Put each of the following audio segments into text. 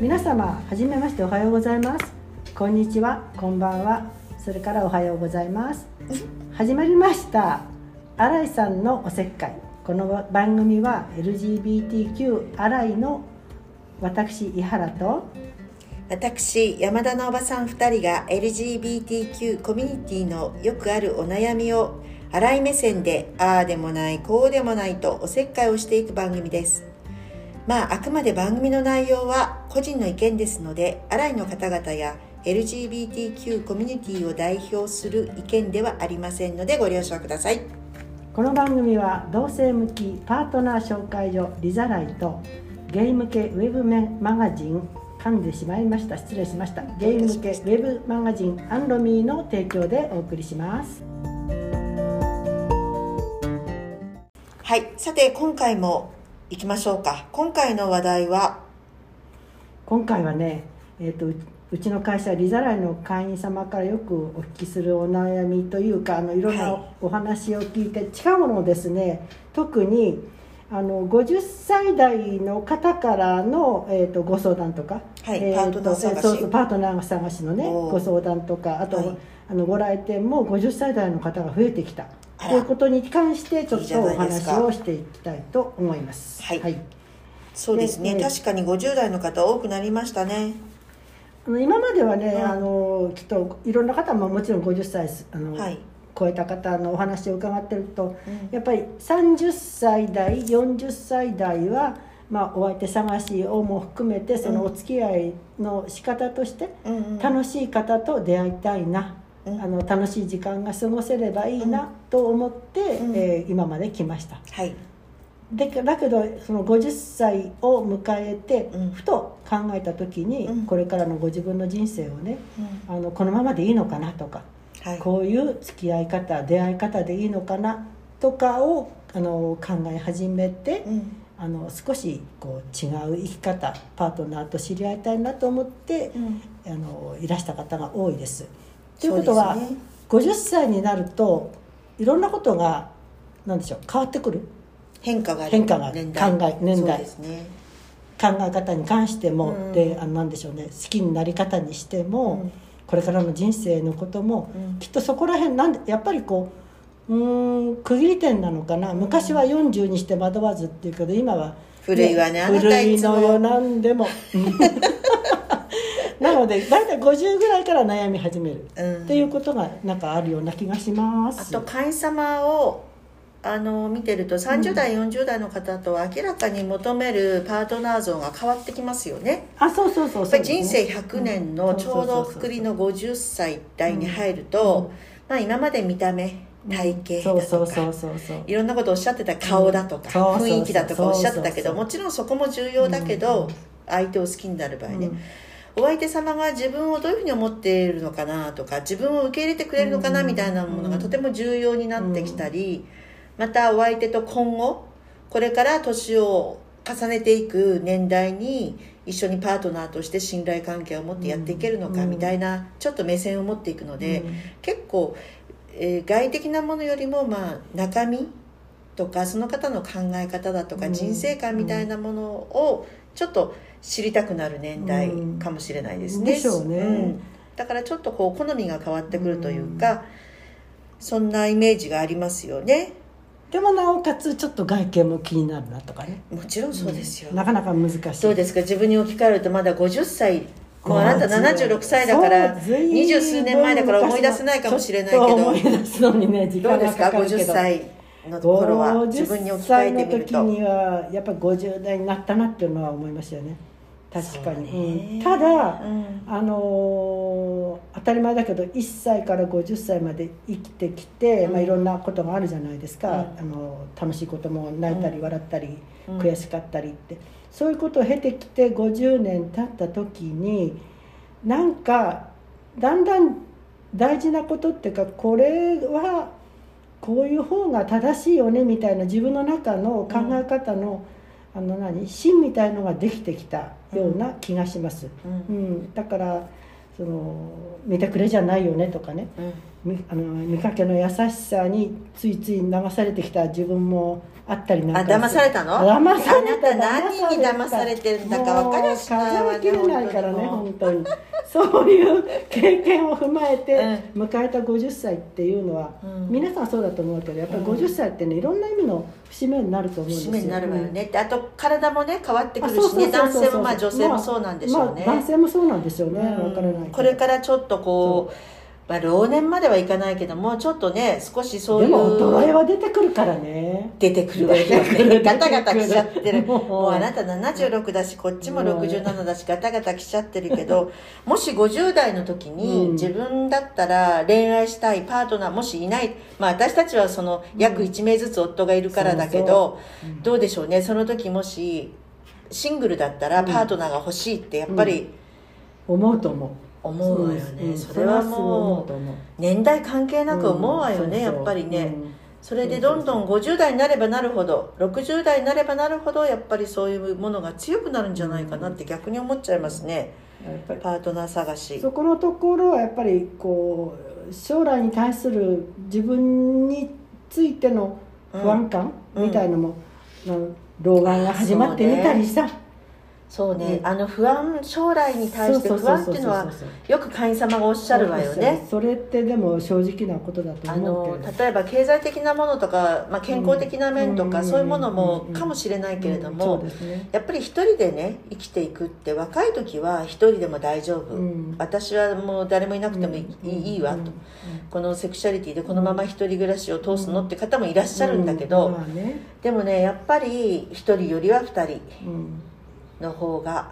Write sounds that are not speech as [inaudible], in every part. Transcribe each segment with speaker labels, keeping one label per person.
Speaker 1: 皆様はじめましておはようございますこんにちはこんばんはそれからおはようございます始まりました新井さんのおせっかいこの番組は LGBTQ 新井の私井原と
Speaker 2: 私山田のおばさん2人が LGBTQ コミュニティのよくあるお悩みを洗い目線でああでもないこうでもないとおせっかいをしていく番組ですまああくまで番組の内容は個人の意見ですので洗いの方々や LGBTQ コミュニティを代表する意見ではありませんのでご了承ください
Speaker 1: この番組は同性向きパートナー紹介所リザライとゲイ向けウェブメマガジン噛んでしまいました失礼しましたゲイ向けウェブマガジンアンロミーの提供でお送りします
Speaker 2: はいさて今回も行きましょうか今回の話題は
Speaker 1: 今回はね、えー、とううちの会社リザライの会員様からよくお聞きするお悩みというかあのいろんな
Speaker 2: はい
Speaker 1: お話を聞いて、近頃ですね特にあの50歳代の方からの、えー、とご相談とか、
Speaker 2: はい
Speaker 1: え
Speaker 2: パートナー探し
Speaker 1: そうそうパートナー探しのね
Speaker 2: おー
Speaker 1: ご相談とかあと、
Speaker 2: はい
Speaker 1: あのご来店も50歳代の方が増えてきた
Speaker 2: あら
Speaker 1: ということに関してちょ
Speaker 2: いい
Speaker 1: っ
Speaker 2: じ
Speaker 1: と
Speaker 2: ゃ
Speaker 1: お
Speaker 2: ないです
Speaker 1: 話
Speaker 2: か
Speaker 1: をしていきたいと思います。
Speaker 2: はいそうですね
Speaker 1: で
Speaker 2: 確かに50代の方多くなりましたね
Speaker 1: あの今まではね、
Speaker 2: うん
Speaker 1: あのきっといろんな方ももちろん50歳すあの、
Speaker 2: はい、
Speaker 1: 超えた方のお話を伺ってると
Speaker 2: うん
Speaker 1: やっぱり30歳代40歳代は、まあ、お相手探しをも含めてその
Speaker 2: うん
Speaker 1: お付き合いの仕方として
Speaker 2: うんうん
Speaker 1: 楽しい方と出会いたいな、
Speaker 2: うん
Speaker 1: あの楽しい時間が過ごせればいいなと思って、
Speaker 2: うん
Speaker 1: えー今まで来ました。
Speaker 2: はい
Speaker 1: でだけどその50歳を迎えて、
Speaker 2: うん
Speaker 1: ふと考えた時に、
Speaker 2: うん
Speaker 1: これからのご自分の人生をね
Speaker 2: うん
Speaker 1: あのこのままでいいのかなとか
Speaker 2: はい
Speaker 1: こういう付き合い方出会い方でいいのかなとかをあの考え始めて
Speaker 2: うん
Speaker 1: あの少しこう違う生き方パートナーと知り合いたいなと思って
Speaker 2: うん
Speaker 1: あのいらした方が多いです。とい
Speaker 2: そ
Speaker 1: こ
Speaker 2: ううです
Speaker 1: とは、
Speaker 2: ね
Speaker 1: 50歳になるといろんなことが何でしょう変わってくる
Speaker 2: 変化がある
Speaker 1: 変化がある
Speaker 2: 年代
Speaker 1: 考え年代
Speaker 2: そうですね
Speaker 1: 考え方に関しても、
Speaker 2: うん
Speaker 1: であの何でしょうね好きになり方にしても、
Speaker 2: うん
Speaker 1: これからの人生のことも
Speaker 2: うん
Speaker 1: きっとそこら辺なんでやっぱりこううーん区切り点なのかな昔は40にして惑わずっていうけど今は、
Speaker 2: 古いわねあなた
Speaker 1: 古
Speaker 2: い
Speaker 1: い
Speaker 2: つ
Speaker 1: のよ
Speaker 2: も
Speaker 1: 何でもなので大体50ぐらいから悩み始める、
Speaker 2: うん
Speaker 1: っていうことがなんかあるような気がしま
Speaker 2: あ
Speaker 1: す
Speaker 2: と会員様をあの見てると30代40代の方とは明らかに求めるパートナー像が変わってきますよね
Speaker 1: あそうそうそう
Speaker 2: やっ
Speaker 1: そ
Speaker 2: ぱ
Speaker 1: う
Speaker 2: り人生
Speaker 1: ですね
Speaker 2: 100年
Speaker 1: う
Speaker 2: の
Speaker 1: ん
Speaker 2: ちょうどくくりの50歳代に入ると、まあ、今まで見た目体型
Speaker 1: そう
Speaker 2: だ
Speaker 1: そ
Speaker 2: と
Speaker 1: うそ
Speaker 2: か
Speaker 1: うそうそう
Speaker 2: いろんなことをおっしゃってた顔だとか
Speaker 1: うんそうそうそう
Speaker 2: 雰囲気だとかおっしゃって
Speaker 1: そ
Speaker 2: たけ
Speaker 1: うそうそう
Speaker 2: どもちろんそこも重要だけど相手を好きになる場合ね
Speaker 1: うん
Speaker 2: お相手様が自分をどういうふうに思っているのかなとか自分を受け入れてくれるのかなみたいなものがとても重要になってきたりまたお相手と今後これから年を重ねていく年代に一緒にパートナーとして信頼関係を持ってやっていけるのか
Speaker 1: うん
Speaker 2: みたいなちょっと目線を持っていくので
Speaker 1: うん
Speaker 2: 結構、えー外的なものよりもまあ中身とかその方の考え方だと
Speaker 1: う
Speaker 2: か
Speaker 1: ん
Speaker 2: 人生観みたいなものをちょっと知りたくなる年代かもしれないですね。
Speaker 1: でしょうね
Speaker 2: んだからちょっとこう好みが変わってくるというか、そんなイメージがありますよね。
Speaker 1: でもなおかつちょっと外見も気になるなとかね
Speaker 2: もちろんそうですよ。
Speaker 1: なかなか難しい
Speaker 2: どうですか自分に置き換えるとまだ50歳もうあなた76歳だか
Speaker 1: そう
Speaker 2: ら
Speaker 1: 随分
Speaker 2: 二十数年前だから思い出せないかもしれないけど
Speaker 1: ちょっと思い出すのにね時
Speaker 2: どう
Speaker 1: 間
Speaker 2: で
Speaker 1: が
Speaker 2: すか
Speaker 1: かかるけど
Speaker 2: 50歳の頃は自分に置き換えてみる
Speaker 1: 50歳の
Speaker 2: と
Speaker 1: 時にはやっぱ50代になったなっていうのは思いましたよね確かに、
Speaker 2: そうね
Speaker 1: うんただ、
Speaker 2: うん
Speaker 1: あのー当たり前だけど1歳から50歳まで生きてきて、
Speaker 2: うん
Speaker 1: まあ、いろんなことがあるじゃないですか、
Speaker 2: うん
Speaker 1: あのー楽しいことも泣いたり笑ったり、
Speaker 2: うん
Speaker 1: 悔しかったりってそういうことを経てきて50年経った時になんかだんだん大事なことっていうかこれはこういう方が正しいよねみたいな自分の中の考え方の、あの何芯みたいのができてきたような気がします、
Speaker 2: うん
Speaker 1: うんだからその見てくれじゃないよねとかね
Speaker 2: うん
Speaker 1: みあの見かけの優しさについつい流されてきた自分もあったり
Speaker 2: あ
Speaker 1: なんか
Speaker 2: 騙されたの
Speaker 1: 騙された
Speaker 2: あなた何に騙されてるんだか分からしないわ
Speaker 1: もう数え
Speaker 2: ね
Speaker 1: きれないからね
Speaker 2: 本
Speaker 1: 本当にそういう経験を踏まえて
Speaker 2: う
Speaker 1: 迎えた50歳っていうのは、
Speaker 2: うん
Speaker 1: 皆さんそうだと思うけどやっぱり
Speaker 2: うん
Speaker 1: 50歳ってねいろんな意味の節目になると思うんです
Speaker 2: 節
Speaker 1: よ
Speaker 2: 目になるわよねであと体もね変わって
Speaker 1: あ
Speaker 2: くる
Speaker 1: そう
Speaker 2: し
Speaker 1: そうそうそう
Speaker 2: ね男性もまあ女性もそうなんでしょうね
Speaker 1: まあ、男性もそうなんでしょうね、
Speaker 2: うん
Speaker 1: わからないけど
Speaker 2: これからちょっとこうまあ老年まではいかないけどもちょっとね少しそうい
Speaker 1: でも衰え
Speaker 2: う
Speaker 1: は出てくるからね
Speaker 2: 出てくるわけよ
Speaker 1: 出てくる出てく [laughs]
Speaker 2: ね
Speaker 1: る
Speaker 2: ガタガタ来ちゃってる
Speaker 1: もう
Speaker 2: もうあなた76だしこっちも67だしガタガタ来ちゃってるけど [laughs] もし50代の時
Speaker 1: う
Speaker 2: に
Speaker 1: ん
Speaker 2: 自分だったら恋愛したいパートナーもしいないまあ私たちはその約1名ずつ夫がいるからだけどどうでしょうねその時もしシングルだったらパートナーが欲しいってやっぱり
Speaker 1: 思うと思う
Speaker 2: 思うわよね、
Speaker 1: うん
Speaker 2: それはも
Speaker 1: それはすごい思うと思う
Speaker 2: う年代関係なく思うわ
Speaker 1: う
Speaker 2: よね、
Speaker 1: んそうそう
Speaker 2: やっぱりね、
Speaker 1: うん
Speaker 2: それでどんどん50代になればなるほど60代になればなるほどやっぱりそういうものが強くなるんじゃないかなって逆に思っちゃいますね
Speaker 1: やっぱり
Speaker 2: パートナー探し
Speaker 1: そこのところはやっぱりこう将来に対する自分についての不安感
Speaker 2: うん
Speaker 1: みたいのも、うん老眼が始まってみたりさ
Speaker 2: そうね、
Speaker 1: うん
Speaker 2: あの不安将来に対して不安っていうのはよく会員様がおっしゃるわよね
Speaker 1: それってでも正直なことだと
Speaker 2: あ
Speaker 1: 思
Speaker 2: の
Speaker 1: うけど
Speaker 2: 例えば経済的なものとか、まあ、健康的な面とか、
Speaker 1: うん
Speaker 2: そういうものも
Speaker 1: うん
Speaker 2: かもしれないけれど
Speaker 1: う
Speaker 2: も、
Speaker 1: んそうですね
Speaker 2: やっぱり一人でね生きていくって若い時は一人でも大丈夫、
Speaker 1: うん
Speaker 2: 私はもう誰もいなくてもいい,、いいわと、
Speaker 1: うんうん
Speaker 2: このセクシャリティでこのまま一人暮らしを通すのって方もいらっしゃるんだけど、
Speaker 1: うんまあね
Speaker 2: でもねやっぱり一人よりは二人
Speaker 1: うん
Speaker 2: の方が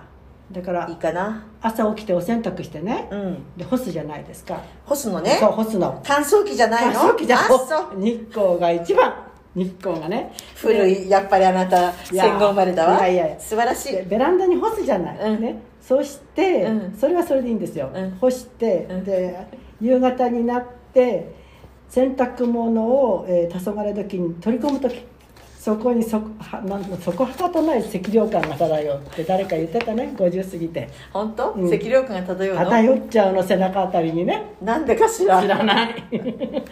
Speaker 1: だか
Speaker 2: い
Speaker 1: ら
Speaker 2: いかな
Speaker 1: 朝起きてお洗濯してね
Speaker 2: うん
Speaker 1: で干すじゃないですか
Speaker 2: 干すのね
Speaker 1: そう干すの
Speaker 2: 乾燥機じゃないの
Speaker 1: 乾燥機じゃ
Speaker 2: あそう
Speaker 1: 日光が一番日光がね
Speaker 2: 古いやっぱりあなた
Speaker 1: や
Speaker 2: 戦後生まれだわ
Speaker 1: いやいやいや
Speaker 2: 素晴らしい
Speaker 1: でベランダに干すじゃない、
Speaker 2: うん
Speaker 1: ね、そして、
Speaker 2: うん
Speaker 1: それはそれでいいんですよ、
Speaker 2: うん
Speaker 1: 干して、
Speaker 2: うん
Speaker 1: で夕方になって洗濯物を、えー、黄昏時に取り込む時そこにそこはなんかそこはかとない赤涼感が漂うって誰か言ってたね50過ぎて
Speaker 2: 本当、
Speaker 1: うん
Speaker 2: 赤涼感が漂うの
Speaker 1: 漂っちゃうの背中あたりにね
Speaker 2: なんでかしら
Speaker 1: 知らない [laughs]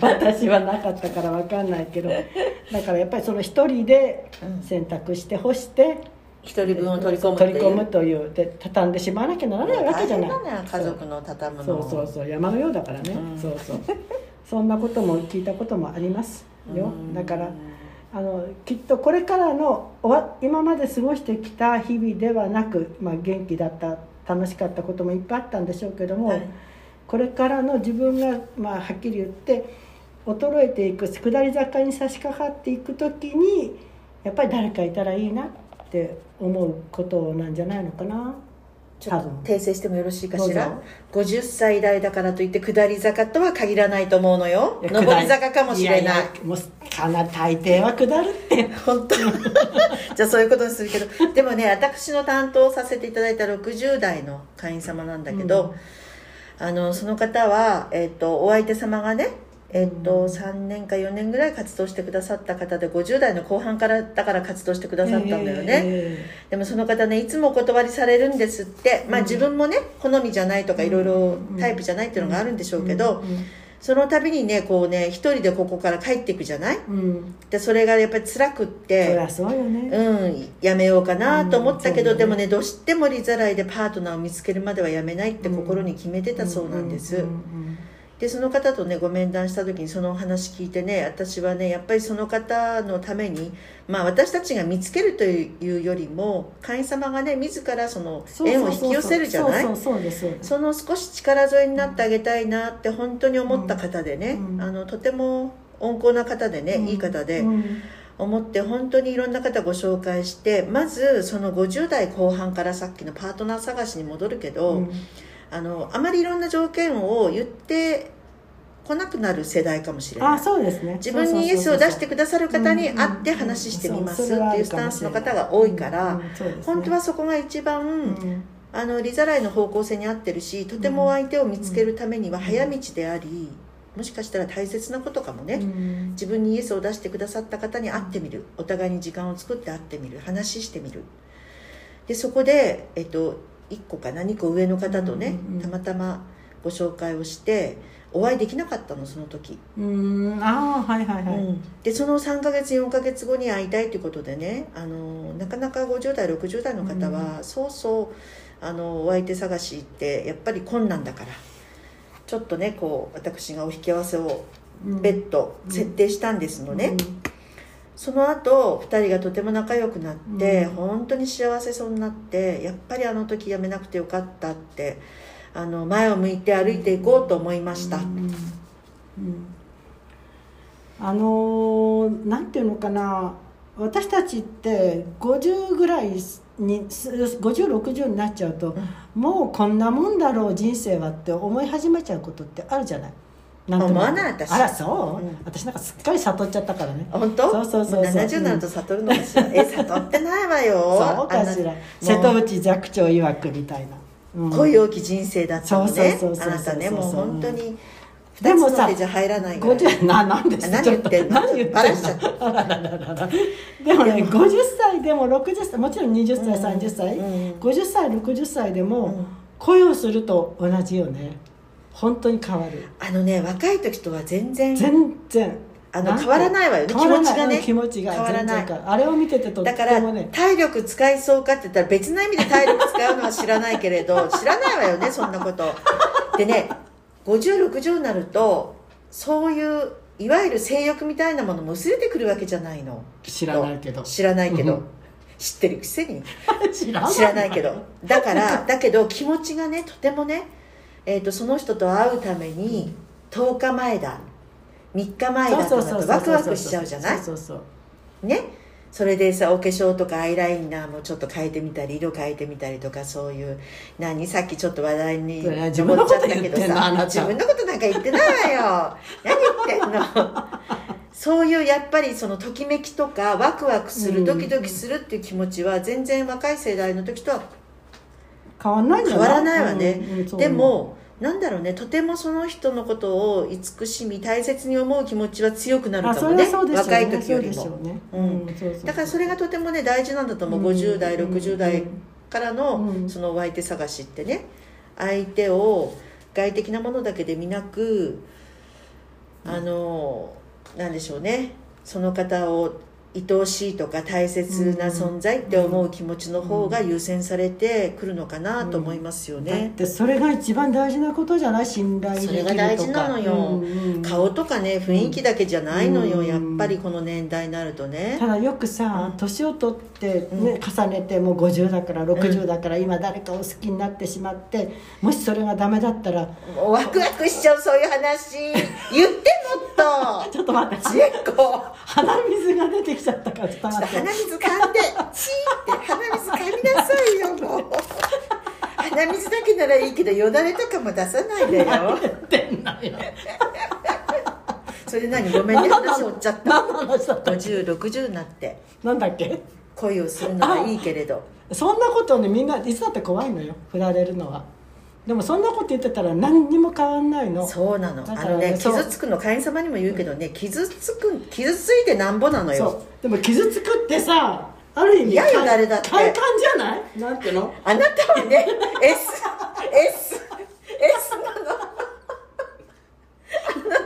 Speaker 1: 私はなかったからわかんないけどだからやっぱりその一人で
Speaker 2: うん
Speaker 1: 洗濯して干して
Speaker 2: 一人分を取り込むって
Speaker 1: 取
Speaker 2: い
Speaker 1: り
Speaker 2: う
Speaker 1: 込むというで畳んでしまわなきゃならないわけじゃない
Speaker 2: 大変だね家族の畳むの
Speaker 1: そうそうそう山のようだからね、
Speaker 2: うん
Speaker 1: そうそうそんなことも聞いたこともありますよだからあのきっとこれからのおわ今まで過ごしてきた日々ではなく、まあ、元気だった楽しかったこともいっぱいあったんでしょうけども、
Speaker 2: はい
Speaker 1: これからの自分が、まあ、はっきり言って衰えていく下り坂に差し掛かっていく時にやっぱり誰かいたらいいなって思うことなんじゃないのかな
Speaker 2: ちょっと
Speaker 1: 多分
Speaker 2: 訂正してもよろしいかし
Speaker 1: どう
Speaker 2: ら50歳代だからといって下り坂とは限らないと思うのよ上り坂かもしれない
Speaker 1: ややもうかな大抵は下るって
Speaker 2: 本当 [laughs] じゃあそういうことにするけどでもね私の担当させていただいた60代の会員様なんだけど、あのその方は、えっとお相手様がね、えっと3年か4年ぐらい活動してくださった方で50代の後半からだから活動してくださったんだよね、
Speaker 1: え
Speaker 2: でもその方ねいつもお断りされるんですって、まあ、自分もね好みじゃないとかいろいろタイプじゃないっていうのがあるんでしょうけど、その度にねこうね一人でここから帰っていくじゃない
Speaker 1: えうん
Speaker 2: でそれがやっぱり辛くっ
Speaker 1: そり
Speaker 2: て
Speaker 1: ゃそうよね、
Speaker 2: うんやめようかなと思ったけど、
Speaker 1: うん
Speaker 2: で
Speaker 1: そうね
Speaker 2: もねどうしても利ざらいでパートナーを見つけるまではやめないって心に決めてたそうなんで
Speaker 1: う
Speaker 2: す、
Speaker 1: んうん
Speaker 2: でその方とねご面談した時にそのお話聞いてね私はねやっぱりその方のために、まあ、私たちが見つけるというよりも会員様がね自らその
Speaker 1: そう
Speaker 2: 縁
Speaker 1: そ
Speaker 2: を
Speaker 1: うそう
Speaker 2: 引き寄せるじゃない
Speaker 1: そうそうそうですそうです
Speaker 2: その少し力添えになってあげたいなって本当に思った方でね、
Speaker 1: うん
Speaker 2: あのとても温厚な方でね、いい方で、
Speaker 1: うん
Speaker 2: 思って本当にいろんな方ご紹介してまずその50代後半からさっきのパートナー探しに戻るけど、
Speaker 1: うん
Speaker 2: あのあまりいろんな条件を言ってこなくなる世代かもしれな
Speaker 1: あ
Speaker 2: い
Speaker 1: そうですね
Speaker 2: 自分にイエスを出してくださる方に会って話してみますっていうスタンスの方が多いから本当はそこが一番あの利ざらいの方向性に合ってるしとても相手を見つけるためには早道でありもしかしたら大切なことかもね自分にイエスを出してくださった方に会ってみるお互いに時間を作って会ってみる話してみるでそこで、えっと、1個かな2個上の方とね、
Speaker 1: うんうんうん
Speaker 2: たまたまご紹介をしてお会いできなかったのその時、
Speaker 1: うーんああはいはいはい、
Speaker 2: うんでその3ヶ月4ヶ月後に会いたいということでねあのなかなか50代60代の方は、そうそうあのお相手探しってやっぱり困難だからちょっとねこう私がお引き合わせを
Speaker 1: うん
Speaker 2: 別途設定したんですのね、その後2人がとても仲良くなって、
Speaker 1: うん
Speaker 2: 本当に幸せそうになってやっぱりあの時やめなくてよかったってあの前を向いて歩いていこうと思いました、
Speaker 1: うんうんあのーなんていうのかな私たちって50ぐらいに5060になっちゃうともうこんなもんだろう人生はって思い始めちゃうことってあるじゃないなんと
Speaker 2: 思
Speaker 1: く
Speaker 2: わない私
Speaker 1: あらそう、
Speaker 2: うん
Speaker 1: 私なんかすっかり悟っちゃったからね
Speaker 2: 本当
Speaker 1: そうそうそうそう
Speaker 2: 70になると悟るのかしら、え悟ってないわよ
Speaker 1: そうかしら
Speaker 2: あ
Speaker 1: 瀬
Speaker 2: んな
Speaker 1: 戸
Speaker 2: もう
Speaker 1: 内寂聴曰くみたいな、うん
Speaker 2: 恋多き人生だったのね
Speaker 1: そうそうそうそう
Speaker 2: あ
Speaker 1: そう
Speaker 2: なたねもう本当に
Speaker 1: で
Speaker 2: 2
Speaker 1: も
Speaker 2: つ
Speaker 1: さ
Speaker 2: の手じゃ入らないから
Speaker 1: 50ななんです
Speaker 2: 何言ってんの
Speaker 1: ちょと何言ってんの
Speaker 2: バラしちゃっ
Speaker 1: あららららら [laughs] でもね50歳でも60歳もちろん20歳、
Speaker 2: うん
Speaker 1: 30歳、
Speaker 2: うん
Speaker 1: 50歳60歳でも、
Speaker 2: うん
Speaker 1: 恋をすると同じよね本当に変わる
Speaker 2: あのね若い時とは全然
Speaker 1: 全然
Speaker 2: あの変わらないわよね
Speaker 1: 変わらない
Speaker 2: 気
Speaker 1: 気
Speaker 2: 持
Speaker 1: 持
Speaker 2: ち
Speaker 1: ち
Speaker 2: が
Speaker 1: がね
Speaker 2: ね変わらない
Speaker 1: 全然変わるあれを見ててとっ
Speaker 2: だか
Speaker 1: て
Speaker 2: ら
Speaker 1: もね
Speaker 2: 体力使いそうかって言ったら別の意味で体力使うのは知らないけれど [laughs] 知らないわよねそんなことでね5060になるとそういういわゆる性欲みたいなものも薄れてくるわけじゃないの
Speaker 1: 知らないけど
Speaker 2: [laughs] 知らないけど、
Speaker 1: うん
Speaker 2: 知ってるくせに
Speaker 1: 知ら
Speaker 2: 知らないけどだからだけど気持ちがねとてもね、えー、とその人と会うために10日前だ3日前だ
Speaker 1: そ
Speaker 2: と
Speaker 1: う
Speaker 2: か
Speaker 1: そうそうそう
Speaker 2: ワクワクしちゃうじゃない
Speaker 1: そうそうそう
Speaker 2: ねそれでさお化粧とかアイライナーもちょっと変えてみたり色変えてみたりとかそういう何さっきちょっと話題に
Speaker 1: それ
Speaker 2: 上っ
Speaker 1: 自分のこと
Speaker 2: ちゃったけど
Speaker 1: 言ってんのあなた
Speaker 2: 自分のことなんか言ってないわよ何言ってんのそういうやっぱりそのときめきとかワクワクす
Speaker 1: う
Speaker 2: る
Speaker 1: ん
Speaker 2: ドキドキするっていう気持ちは全然若い世代の時とは
Speaker 1: 変わらないんじゃ
Speaker 2: 変わらないわね、
Speaker 1: うんうんそう
Speaker 2: でもなんだろうねとてもその人のことを慈しみ大切に思う気持ちは強くなる
Speaker 1: あ
Speaker 2: か
Speaker 1: そ
Speaker 2: も
Speaker 1: れ
Speaker 2: ね
Speaker 1: はそうです
Speaker 2: 若い時よりも。
Speaker 1: そうでしょうね
Speaker 2: うん
Speaker 1: うんそうそう
Speaker 2: だからそれがとてもね大事なんだと思う、
Speaker 1: うん
Speaker 2: 50代60代からの
Speaker 1: うん
Speaker 2: そのお相手探しってね相手を外的なものだけで見なくあのなんでしょうねその方を愛おしいとか大切な存在って思う気持ちの方が優先されてくるのかなと思いますよ
Speaker 1: だっ
Speaker 2: ね、
Speaker 1: てそれが一番大事なことじゃない信頼できるとか
Speaker 2: それが大事なのよ
Speaker 1: うんうん
Speaker 2: 顔とかね雰囲気だけじゃないのよ、
Speaker 1: うん
Speaker 2: やっぱりこの年代になるとね
Speaker 1: ただよくさ年を取って、ね
Speaker 2: うん
Speaker 1: 重ねてもう50だから60だから、今誰かを好きになってしまってもしそれがダメだったら
Speaker 2: もうワクワクしちゃうそういう話言ってもっ
Speaker 1: ち
Speaker 2: と
Speaker 1: ょっと待って
Speaker 2: ちえこ
Speaker 1: 鼻水が出てきちゃったからちょっと
Speaker 2: ちょっ
Speaker 1: 待
Speaker 2: と
Speaker 1: って
Speaker 2: 鼻水噛んでチーって鼻水噛みなさいよもう鼻水だけならいいけどよだれとかも出さないでよ
Speaker 1: 出てんのよ
Speaker 2: それ何ごめんね話折っちゃった
Speaker 1: 何の話だった
Speaker 2: 5060になって
Speaker 1: なんだっけ
Speaker 2: 恋をするのはいいけれど
Speaker 1: そんなことねみんないつだって怖いのよ振られるのはでもそんなこと言ってたら何にも変わんないの
Speaker 2: そうなの
Speaker 1: だ
Speaker 2: あ
Speaker 1: から
Speaker 2: のね
Speaker 1: そう
Speaker 2: 傷つくの会員様にも言うけどね傷つく傷ついてなんぼなの
Speaker 1: そう
Speaker 2: よ
Speaker 1: でも傷つくってさある意味
Speaker 2: 嫌よ誰だって
Speaker 1: 快感じゃないなんていうの
Speaker 2: あなたはね SSS なの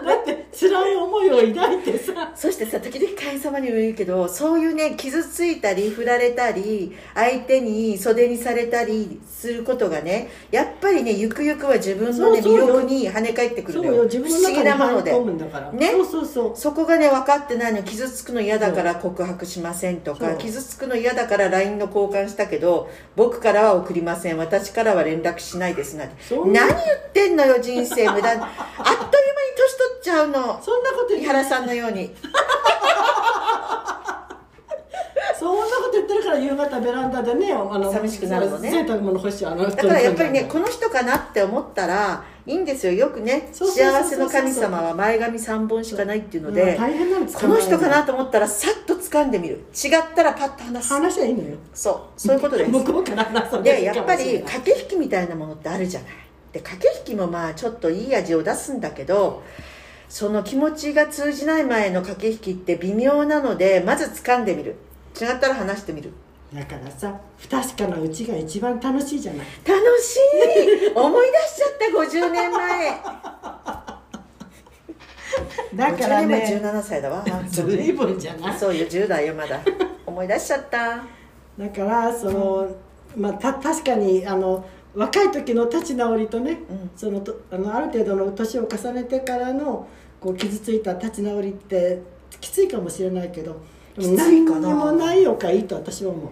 Speaker 1: だって辛い思いを抱いてさ
Speaker 2: そしてさ時々会員様にも言うけどそういうね傷ついたり振られたり相手に袖にされたりすることがねやっぱりねゆくゆくは自分のね
Speaker 1: そうそうよ
Speaker 2: 魅力に跳ね返ってくる
Speaker 1: そ
Speaker 2: の
Speaker 1: う
Speaker 2: よ
Speaker 1: よ自分の
Speaker 2: 不思議なも
Speaker 1: 中
Speaker 2: の
Speaker 1: に入り込
Speaker 2: で
Speaker 1: むんだから
Speaker 2: ね
Speaker 1: そうそうそう
Speaker 2: そこがね分かってないの傷つくの嫌だから告白しませんとか
Speaker 1: そう
Speaker 2: 傷つくの嫌だから LINE の交換したけど僕からは送りません私からは連絡しないですなんて
Speaker 1: そんな
Speaker 2: 何言ってんのよ人生無駄あっという間に [laughs] 年取っちゃうの
Speaker 1: そんなこと
Speaker 2: 井
Speaker 1: 言って
Speaker 2: 原さんのように
Speaker 1: そんなこと言ってるから夕方ベランダでねあの
Speaker 2: 寂しくなるのね
Speaker 1: 洗濯物干しちゃうの
Speaker 2: だからやっぱりね
Speaker 1: こ
Speaker 2: この人かなって思ったらいいんですよよくね
Speaker 1: そうそうそうそう
Speaker 2: 幸せの神様は前髪3本しかないっていうので、
Speaker 1: 大変なの
Speaker 2: この人かなと思ったらさっと掴んでみる違ったらパッと話す
Speaker 1: 話はいいのよ
Speaker 2: そうそういうことです
Speaker 1: 向こうから話さない
Speaker 2: でやっ
Speaker 1: か
Speaker 2: ぱり
Speaker 1: もしれない
Speaker 2: 駆け引きみたいなものってあるじゃないで駆け引きもまあちょっといい味を出すんだけどその気持ちが通じない前の駆け引きって微妙なのでまず掴んでみる違ったら話してみる
Speaker 1: だからさ不確かなうちが一番楽しいじゃない
Speaker 2: 楽しい思い出しちゃった50年前
Speaker 1: だから
Speaker 2: 50年
Speaker 1: ね
Speaker 2: 前17歳だ
Speaker 1: [laughs]
Speaker 2: わ
Speaker 1: ずいぶんじゃない
Speaker 2: そうよ10代よ
Speaker 1: [laughs]
Speaker 2: まだ思い出しちゃった
Speaker 1: だからその、まあ、た確かにあの若い時の立ち直りとね、
Speaker 2: うん
Speaker 1: そのとあのある程度の年を重ねてからのこう傷ついた立ち直りってきついかもしれないけどでも
Speaker 2: きついかな
Speaker 1: 何にもないよかいいと私は思う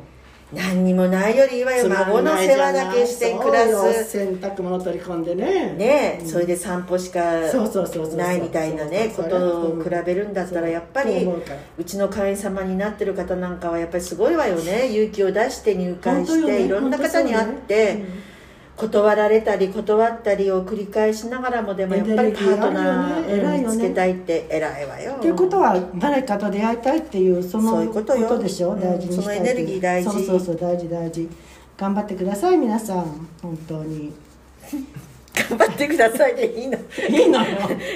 Speaker 2: 何にもないよりいいわよ孫の世話だけして暮ら
Speaker 1: そうよ
Speaker 2: す
Speaker 1: 洗濯物取り込んでね
Speaker 2: ねえ
Speaker 1: うん
Speaker 2: それで散歩しか
Speaker 1: そうそうそうそう
Speaker 2: ないみたいなね
Speaker 1: そ
Speaker 2: こ
Speaker 1: う
Speaker 2: とを比
Speaker 1: そう
Speaker 2: べるんだったらやっぱ
Speaker 1: そう
Speaker 2: り
Speaker 1: 思うから
Speaker 2: うちの会員様になってる方なんかはやっぱりすごいわよね勇気を出して入会
Speaker 1: 本
Speaker 2: し
Speaker 1: 当よ
Speaker 2: て
Speaker 1: ね
Speaker 2: いろんな方に会
Speaker 1: 本
Speaker 2: っ
Speaker 1: 当そう
Speaker 2: て
Speaker 1: ね
Speaker 2: 断られたり断ったりを繰り返しながらもでもやっぱりパートナ
Speaker 1: エネルギーあ
Speaker 2: ー
Speaker 1: る
Speaker 2: を
Speaker 1: よね偉いよね
Speaker 2: 見つけたいって偉いわよ
Speaker 1: ということは誰かと出会いたいっていうその
Speaker 2: そういうことよ
Speaker 1: でしょ
Speaker 2: うん
Speaker 1: 大事にしたいって
Speaker 2: そのエネルギー大事
Speaker 1: そうそうそう大事大事頑張ってください皆さん本当に
Speaker 2: 頑張ってくださいでいいの [laughs]
Speaker 1: いいのよ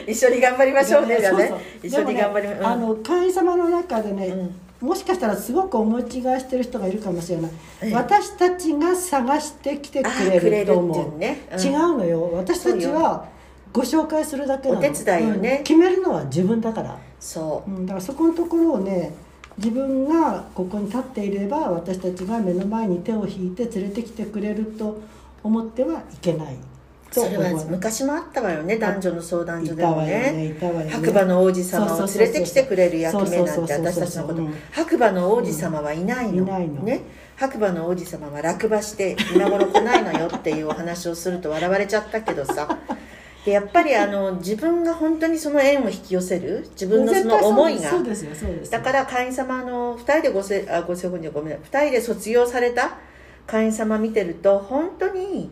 Speaker 2: 一緒に頑張りましょうねじゃあね
Speaker 1: そう
Speaker 2: 一
Speaker 1: そう
Speaker 2: 緒に頑張りま
Speaker 1: でもねあ
Speaker 2: うん
Speaker 1: の会員様の中でね、
Speaker 2: うん
Speaker 1: もしかしたらすごく思い違いしてる人がいるかもしれない、
Speaker 2: ええ
Speaker 1: 私たちが探してきてくれ
Speaker 2: あくれる
Speaker 1: ると思
Speaker 2: っていううねうん
Speaker 1: 違うのよ私たち
Speaker 2: そうよ
Speaker 1: はご紹介するだけなの
Speaker 2: お手伝いよね
Speaker 1: うん決めるのは自分だから、
Speaker 2: そう
Speaker 1: うん、だからそこのところをね自分がここに立っていれば私たちが目の前に手を引いて連れてきてくれると思ってはいけないと
Speaker 2: そ
Speaker 1: 思
Speaker 2: れ
Speaker 1: う
Speaker 2: は昔もあったわよね男女の相談所
Speaker 1: い
Speaker 2: で
Speaker 1: た
Speaker 2: も
Speaker 1: わよね
Speaker 2: ね
Speaker 1: いたわよね
Speaker 2: 白馬の王子様を
Speaker 1: そうそう
Speaker 2: 連
Speaker 1: そうそう
Speaker 2: れてきてくれる役目な
Speaker 1: そ
Speaker 2: ん
Speaker 1: う
Speaker 2: て
Speaker 1: そうそう
Speaker 2: 私
Speaker 1: そう
Speaker 2: たちのこと
Speaker 1: うん
Speaker 2: 白馬の王子様はいないの,、
Speaker 1: いないの
Speaker 2: ね白馬の王子様は落馬して今頃来ないのよっていうお話をすると笑われちゃったけどさでやっぱりあの自分が本当にその縁を引き寄せる自分のその思いが
Speaker 1: そうですよそうです
Speaker 2: だからら会員様の2人でごせあごせごめんごめんなさい2人で卒業された会員様見てると本当に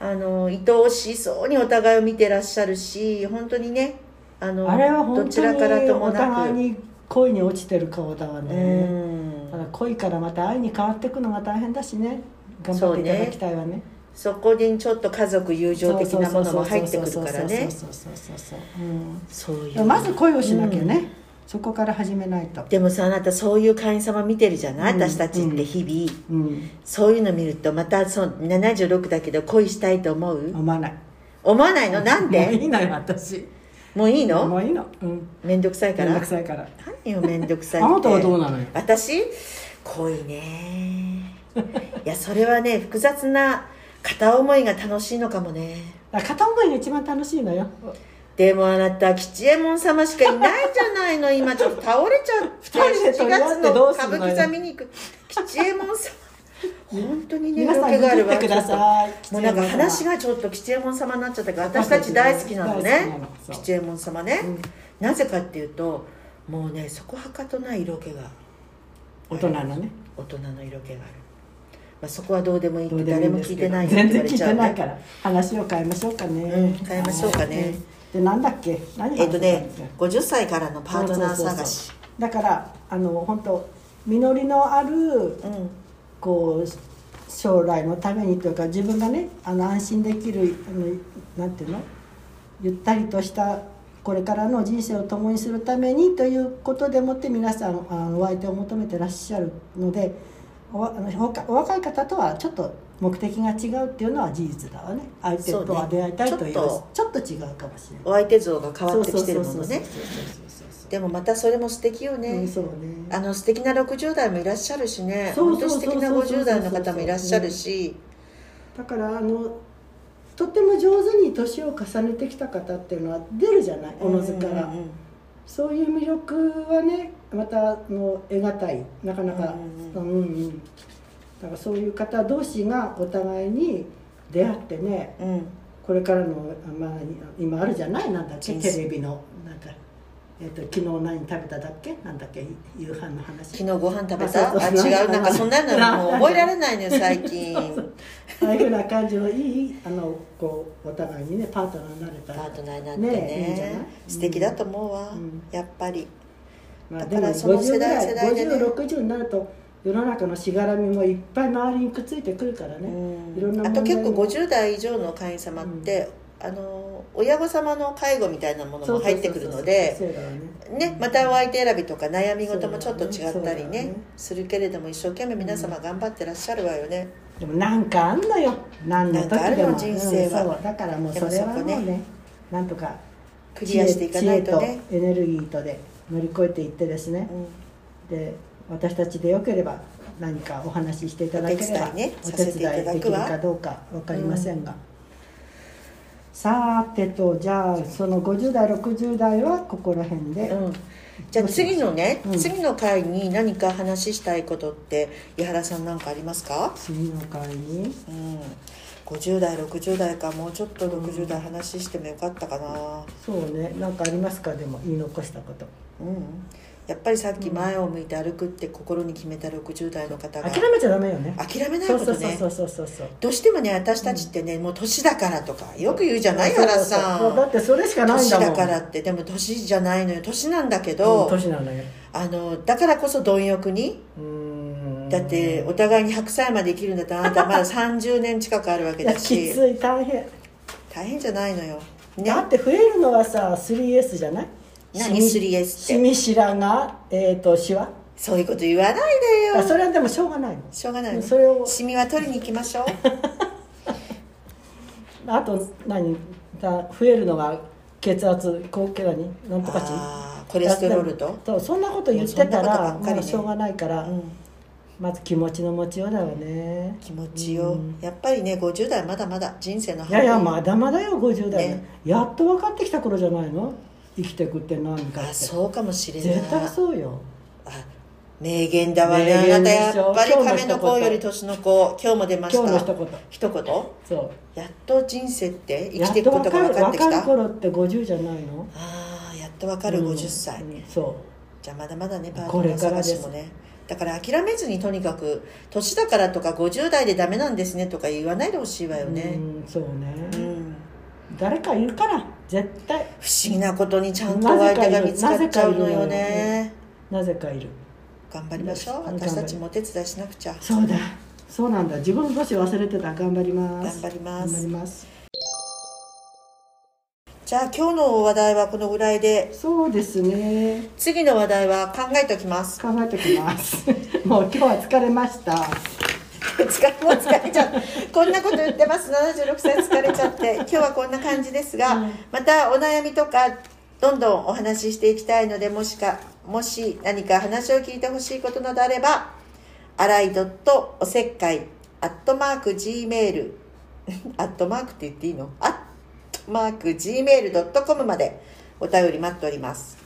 Speaker 2: あの愛おしそうにお互いを見てらっしゃるし本当にねあの
Speaker 1: あれは本
Speaker 2: どちらから
Speaker 1: 当に
Speaker 2: とも
Speaker 1: お
Speaker 2: な
Speaker 1: 互い
Speaker 2: く
Speaker 1: に恋に落ちてる顔だわ
Speaker 2: う
Speaker 1: ね
Speaker 2: ん
Speaker 1: ただ恋からまた愛に変わっていくのが大変だしね頑張っていただきたいわね
Speaker 2: そこにちょっと家族友情的なものも入ってくるからね
Speaker 1: そうそうそうそうう
Speaker 2: そうい
Speaker 1: ん
Speaker 2: う
Speaker 1: まず恋をしなきゃねそこから始めないと
Speaker 2: でもさあなたそういう会員様見てるじゃない
Speaker 1: うん
Speaker 2: 私たちって日
Speaker 1: う
Speaker 2: 々
Speaker 1: ん
Speaker 2: そういうの見るとまたその76だけど恋したいと思う
Speaker 1: 思わない
Speaker 2: 思わないのなん
Speaker 1: もう
Speaker 2: で
Speaker 1: いいのよ私
Speaker 2: もういい
Speaker 1: も
Speaker 2: の
Speaker 1: ういいのうん
Speaker 2: めんどくさいか
Speaker 1: めん
Speaker 2: ら
Speaker 1: どくさいから
Speaker 2: 何よめんどくさい
Speaker 1: あなたはどうなのよ
Speaker 2: 私恋ねいやそれはね複雑な片思いが楽しいのかもね
Speaker 1: だから片思いが一番楽しいのよ
Speaker 2: でもあなた吉右衛門様しかいないじゃないの今ちょっと倒れちゃって
Speaker 1: 人で取り合ってどうすんの
Speaker 2: 7月の歌舞伎座見に行く吉右衛門様本当にね
Speaker 1: 皆さん
Speaker 2: 色気があるわ
Speaker 1: ググってください
Speaker 2: もうなんか話がちょっと吉右衛門様になっちゃったから私たち大好きな
Speaker 1: 大好
Speaker 2: のね
Speaker 1: きなのそう
Speaker 2: 吉右衛門様ね、
Speaker 1: うん
Speaker 2: なぜかっていうともうねそこはかとない色気が
Speaker 1: 大人のね
Speaker 2: 大人の色気がある、まあ、そこはどうでもいいって
Speaker 1: どう
Speaker 2: 誰
Speaker 1: で
Speaker 2: も
Speaker 1: んです
Speaker 2: 聞い
Speaker 1: け
Speaker 2: て
Speaker 1: ど
Speaker 2: ないよって
Speaker 1: 全然
Speaker 2: 言われ
Speaker 1: 聞い
Speaker 2: ちゃ
Speaker 1: て
Speaker 2: う
Speaker 1: ない
Speaker 2: ね
Speaker 1: から話を変えましょうかね、
Speaker 2: うん変えましょうか
Speaker 1: は
Speaker 2: ね
Speaker 1: いでなんだっけ何が
Speaker 2: えっとね
Speaker 1: そう
Speaker 2: 50歳からのパートナー
Speaker 1: そうそう
Speaker 2: 探
Speaker 1: そ
Speaker 2: し
Speaker 1: うだからあの本当実りのある
Speaker 2: うん
Speaker 1: こう将来のためにというか自分がねあの安心できるあのなんていうのゆったりとしたこれからの人生を共にするためにということでもって皆さんあのお相手を求めてらっしゃるのでおわあのほかお若い方とはちょっと目的が違うっていうのは事実だわね相手とは出会いたいという
Speaker 2: そうね
Speaker 1: ちょっと違うかもしれない
Speaker 2: お相手像が変わ
Speaker 1: そう
Speaker 2: って
Speaker 1: そう
Speaker 2: きて
Speaker 1: そ
Speaker 2: る
Speaker 1: う
Speaker 2: も
Speaker 1: そう
Speaker 2: の
Speaker 1: そう
Speaker 2: ね
Speaker 1: そう
Speaker 2: でもまたそれも素敵よね、
Speaker 1: うんそうね
Speaker 2: あの素敵な60代もいらっしゃるしね
Speaker 1: そう
Speaker 2: 本
Speaker 1: そ
Speaker 2: 当
Speaker 1: う
Speaker 2: に
Speaker 1: そう
Speaker 2: 素敵な50代の方もいらっしゃるし
Speaker 1: だからあのとても上手に年を重ねてきた方っていうのは出るじゃないおのずから、
Speaker 2: うんうんうん
Speaker 1: そういう魅力はねまたあの得難いなかなか
Speaker 2: う
Speaker 1: うんうん、だからそういう方同士がお互いに出会ってね
Speaker 2: うん
Speaker 1: これからの、あまあ、今あるじゃないなんだっけ
Speaker 2: 人生
Speaker 1: テレビのなんか、えっと昨日何食べただっけなんだっけ夕飯の話
Speaker 2: [laughs] 昨日ご飯食べ
Speaker 1: あ
Speaker 2: たあ
Speaker 1: そうそう
Speaker 2: 違うなんかそんなのもう覚えられないのよ最
Speaker 1: [laughs]
Speaker 2: 近
Speaker 1: ああいうふうな感じのいいあのこうお互いにねパートナーになれた
Speaker 2: パ
Speaker 1: ら
Speaker 2: ートナーになってね
Speaker 1: ねえいいんじゃない
Speaker 2: 素敵だと思うわ、
Speaker 1: うん
Speaker 2: やっぱり
Speaker 1: まあ、
Speaker 2: だ
Speaker 1: で
Speaker 2: か
Speaker 1: も
Speaker 2: らその世
Speaker 1: 50ぐ
Speaker 2: 代
Speaker 1: ら
Speaker 2: 世
Speaker 1: い
Speaker 2: 代でね
Speaker 1: 5060になると世の中のしがらみもいっぱい周りにくっついてくるからね、いろんな
Speaker 2: あ
Speaker 1: 問題
Speaker 2: と結構
Speaker 1: も
Speaker 2: 50代以上の会員様って、あの親御様の介護みたいなものも入ってくるので
Speaker 1: そうだよね
Speaker 2: ね、またお相手選びとか悩み事もちょっと違
Speaker 1: そう
Speaker 2: った
Speaker 1: だ
Speaker 2: り
Speaker 1: よ
Speaker 2: ね
Speaker 1: ね
Speaker 2: するけれども一生懸命皆様頑張ってらっしゃるわよね、
Speaker 1: でもなんかあんのよ何の時
Speaker 2: なんかあ
Speaker 1: で
Speaker 2: る
Speaker 1: も
Speaker 2: の人生は
Speaker 1: うんそうだからもうそれはもう
Speaker 2: でもそ
Speaker 1: ね
Speaker 2: こ
Speaker 1: なんとか
Speaker 2: クリアしていかないと
Speaker 1: 知恵
Speaker 2: ね、
Speaker 1: 知恵とエネルギーとで乗り越えていってですね、
Speaker 2: うん
Speaker 1: で私たちでよければ何かお話ししていただければ
Speaker 2: お手伝いね
Speaker 1: お手伝い
Speaker 2: させていただ
Speaker 1: でき
Speaker 2: く
Speaker 1: る
Speaker 2: わ
Speaker 1: かどうか分かりませんが、さーてとじゃあその50代60代はここら辺で、
Speaker 2: うんじゃあ次のね、
Speaker 1: うん
Speaker 2: 次の回に何か話したいことって伊原さんなんかありますか、
Speaker 1: 次の回に
Speaker 2: うん、50代60代かもうちょっと60代話してもよかったかな
Speaker 1: そうね何かありますかでも言い残したこと
Speaker 2: うんやっぱりさっき前を向いて歩くって心に決めた60代の方が
Speaker 1: 諦めちゃダメよね
Speaker 2: 諦めない
Speaker 1: そ
Speaker 2: こ
Speaker 1: うそ
Speaker 2: と
Speaker 1: うそう
Speaker 2: ね
Speaker 1: そうそうそうそう
Speaker 2: どうしてもね私たちってね、もう年だからとかよく言うじゃない原さ
Speaker 1: そうそうそうだ
Speaker 2: ん
Speaker 1: ってそれしかないん
Speaker 2: 年
Speaker 1: だもん
Speaker 2: だからってでも年じゃないのよ年なんだけ
Speaker 1: う
Speaker 2: ど、
Speaker 1: ん年なのよ
Speaker 2: あのだからこそ貪欲に
Speaker 1: うーん
Speaker 2: だってお互いに100歳まで生きるんだったらあな
Speaker 1: [laughs]
Speaker 2: たまだ30年近くあるわけ
Speaker 1: いや
Speaker 2: だ
Speaker 1: き
Speaker 2: し
Speaker 1: つい大変
Speaker 2: 大変じゃないのよね
Speaker 1: だって増えるのはさ 3S じゃない
Speaker 2: 何 3S って
Speaker 1: シミシラがえっ、ー、とシワ
Speaker 2: そういうこと言わないで
Speaker 1: あ
Speaker 2: よ
Speaker 1: それはでもしょうがないの
Speaker 2: しょうがないね
Speaker 1: それを
Speaker 2: シミは取りに行きましょう
Speaker 1: あと何だ増えるのが血圧高血何なんとか値
Speaker 2: あーコレステロールと、
Speaker 1: そうそんなこと言ってた
Speaker 2: もうそんなこと
Speaker 1: ら
Speaker 2: ばっかりね
Speaker 1: もうしょうがないから、
Speaker 2: うん、
Speaker 1: まず気持ちの持ちようだよね
Speaker 2: 気持ちよ、
Speaker 1: うん
Speaker 2: やっぱりね50代まだまだ人生の
Speaker 1: いやいや
Speaker 2: 半分
Speaker 1: まだまだよ50代、
Speaker 2: ね
Speaker 1: やっと分かってきた頃じゃないの生きてくって何かって
Speaker 2: あそうかもしれない
Speaker 1: 絶対そうよ
Speaker 2: あ名言だわね
Speaker 1: 名
Speaker 2: あ
Speaker 1: 言
Speaker 2: な
Speaker 1: で
Speaker 2: た
Speaker 1: しょ
Speaker 2: やっぱり
Speaker 1: 今日の
Speaker 2: 亀の子より年の子今日も出ました
Speaker 1: 今日の一言
Speaker 2: 一言
Speaker 1: そう
Speaker 2: やっと人生って生
Speaker 1: や
Speaker 2: き
Speaker 1: って
Speaker 2: いく
Speaker 1: と
Speaker 2: こと
Speaker 1: 分
Speaker 2: が
Speaker 1: かる
Speaker 2: 分かってき
Speaker 1: 分か
Speaker 2: た
Speaker 1: る頃って50じゃないの
Speaker 2: ああやっと分かる
Speaker 1: うん
Speaker 2: 50歳、
Speaker 1: うんそ
Speaker 2: じゃあまだまだねパート
Speaker 1: こ
Speaker 2: ナ
Speaker 1: れ
Speaker 2: ー
Speaker 1: から
Speaker 2: 探
Speaker 1: です
Speaker 2: しもねだから諦めずにとにかく年だからとか50代でダメなんですねとか言わないでほしいわ
Speaker 1: う
Speaker 2: よね
Speaker 1: うんそうね、
Speaker 2: うん、
Speaker 1: 誰かいるから絶対
Speaker 2: 不思議なことにちゃんとお相手が見つかっちゃうの
Speaker 1: なぜかいるの
Speaker 2: よね
Speaker 1: なぜかいる
Speaker 2: 頑張りましょう
Speaker 1: うん
Speaker 2: 私たちもお手伝いしなくちゃ
Speaker 1: そうだそうなんだ自分もし忘れてた頑張ります
Speaker 2: 頑張ります
Speaker 1: 頑張ります
Speaker 2: じゃあ今日の話題はこのぐらいで
Speaker 1: そうですね
Speaker 2: 次の話題は考えておきます
Speaker 1: 考えてきます
Speaker 2: [laughs]
Speaker 1: もう今日は疲れました
Speaker 2: 疲 [laughs] れもう疲れちゃうこんなこと言ってます76歳疲れちゃって今日はこんな感じですが、
Speaker 1: うん
Speaker 2: またお悩みとかどんどんお話ししていきたいのでもしかもし何か話を聞いてほしいことなどあれば洗いおせっかいアットマーク Gmail [laughs] アットマークって言っていいのアットマーク Gmail.com までお便り待っております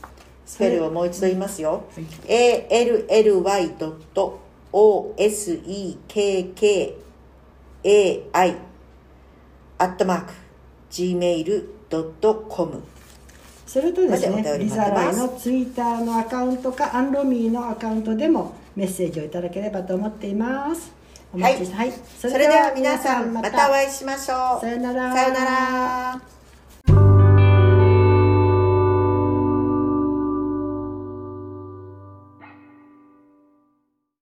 Speaker 2: スペルをもう一度言いますよ、ally.osekkaki アットマーク gmail.com
Speaker 1: それとです
Speaker 2: まだお
Speaker 1: ね
Speaker 2: 便り
Speaker 1: リ
Speaker 2: 待っ
Speaker 1: ザ
Speaker 2: てます
Speaker 1: ライのツイッターのアカウントかアンロミーのアカウントでもメッセージをいただければと思っていますお待ちしてはい、
Speaker 2: それでは皆さんまたお
Speaker 1: い
Speaker 2: 会いしましょう
Speaker 1: さよなら
Speaker 2: さよなら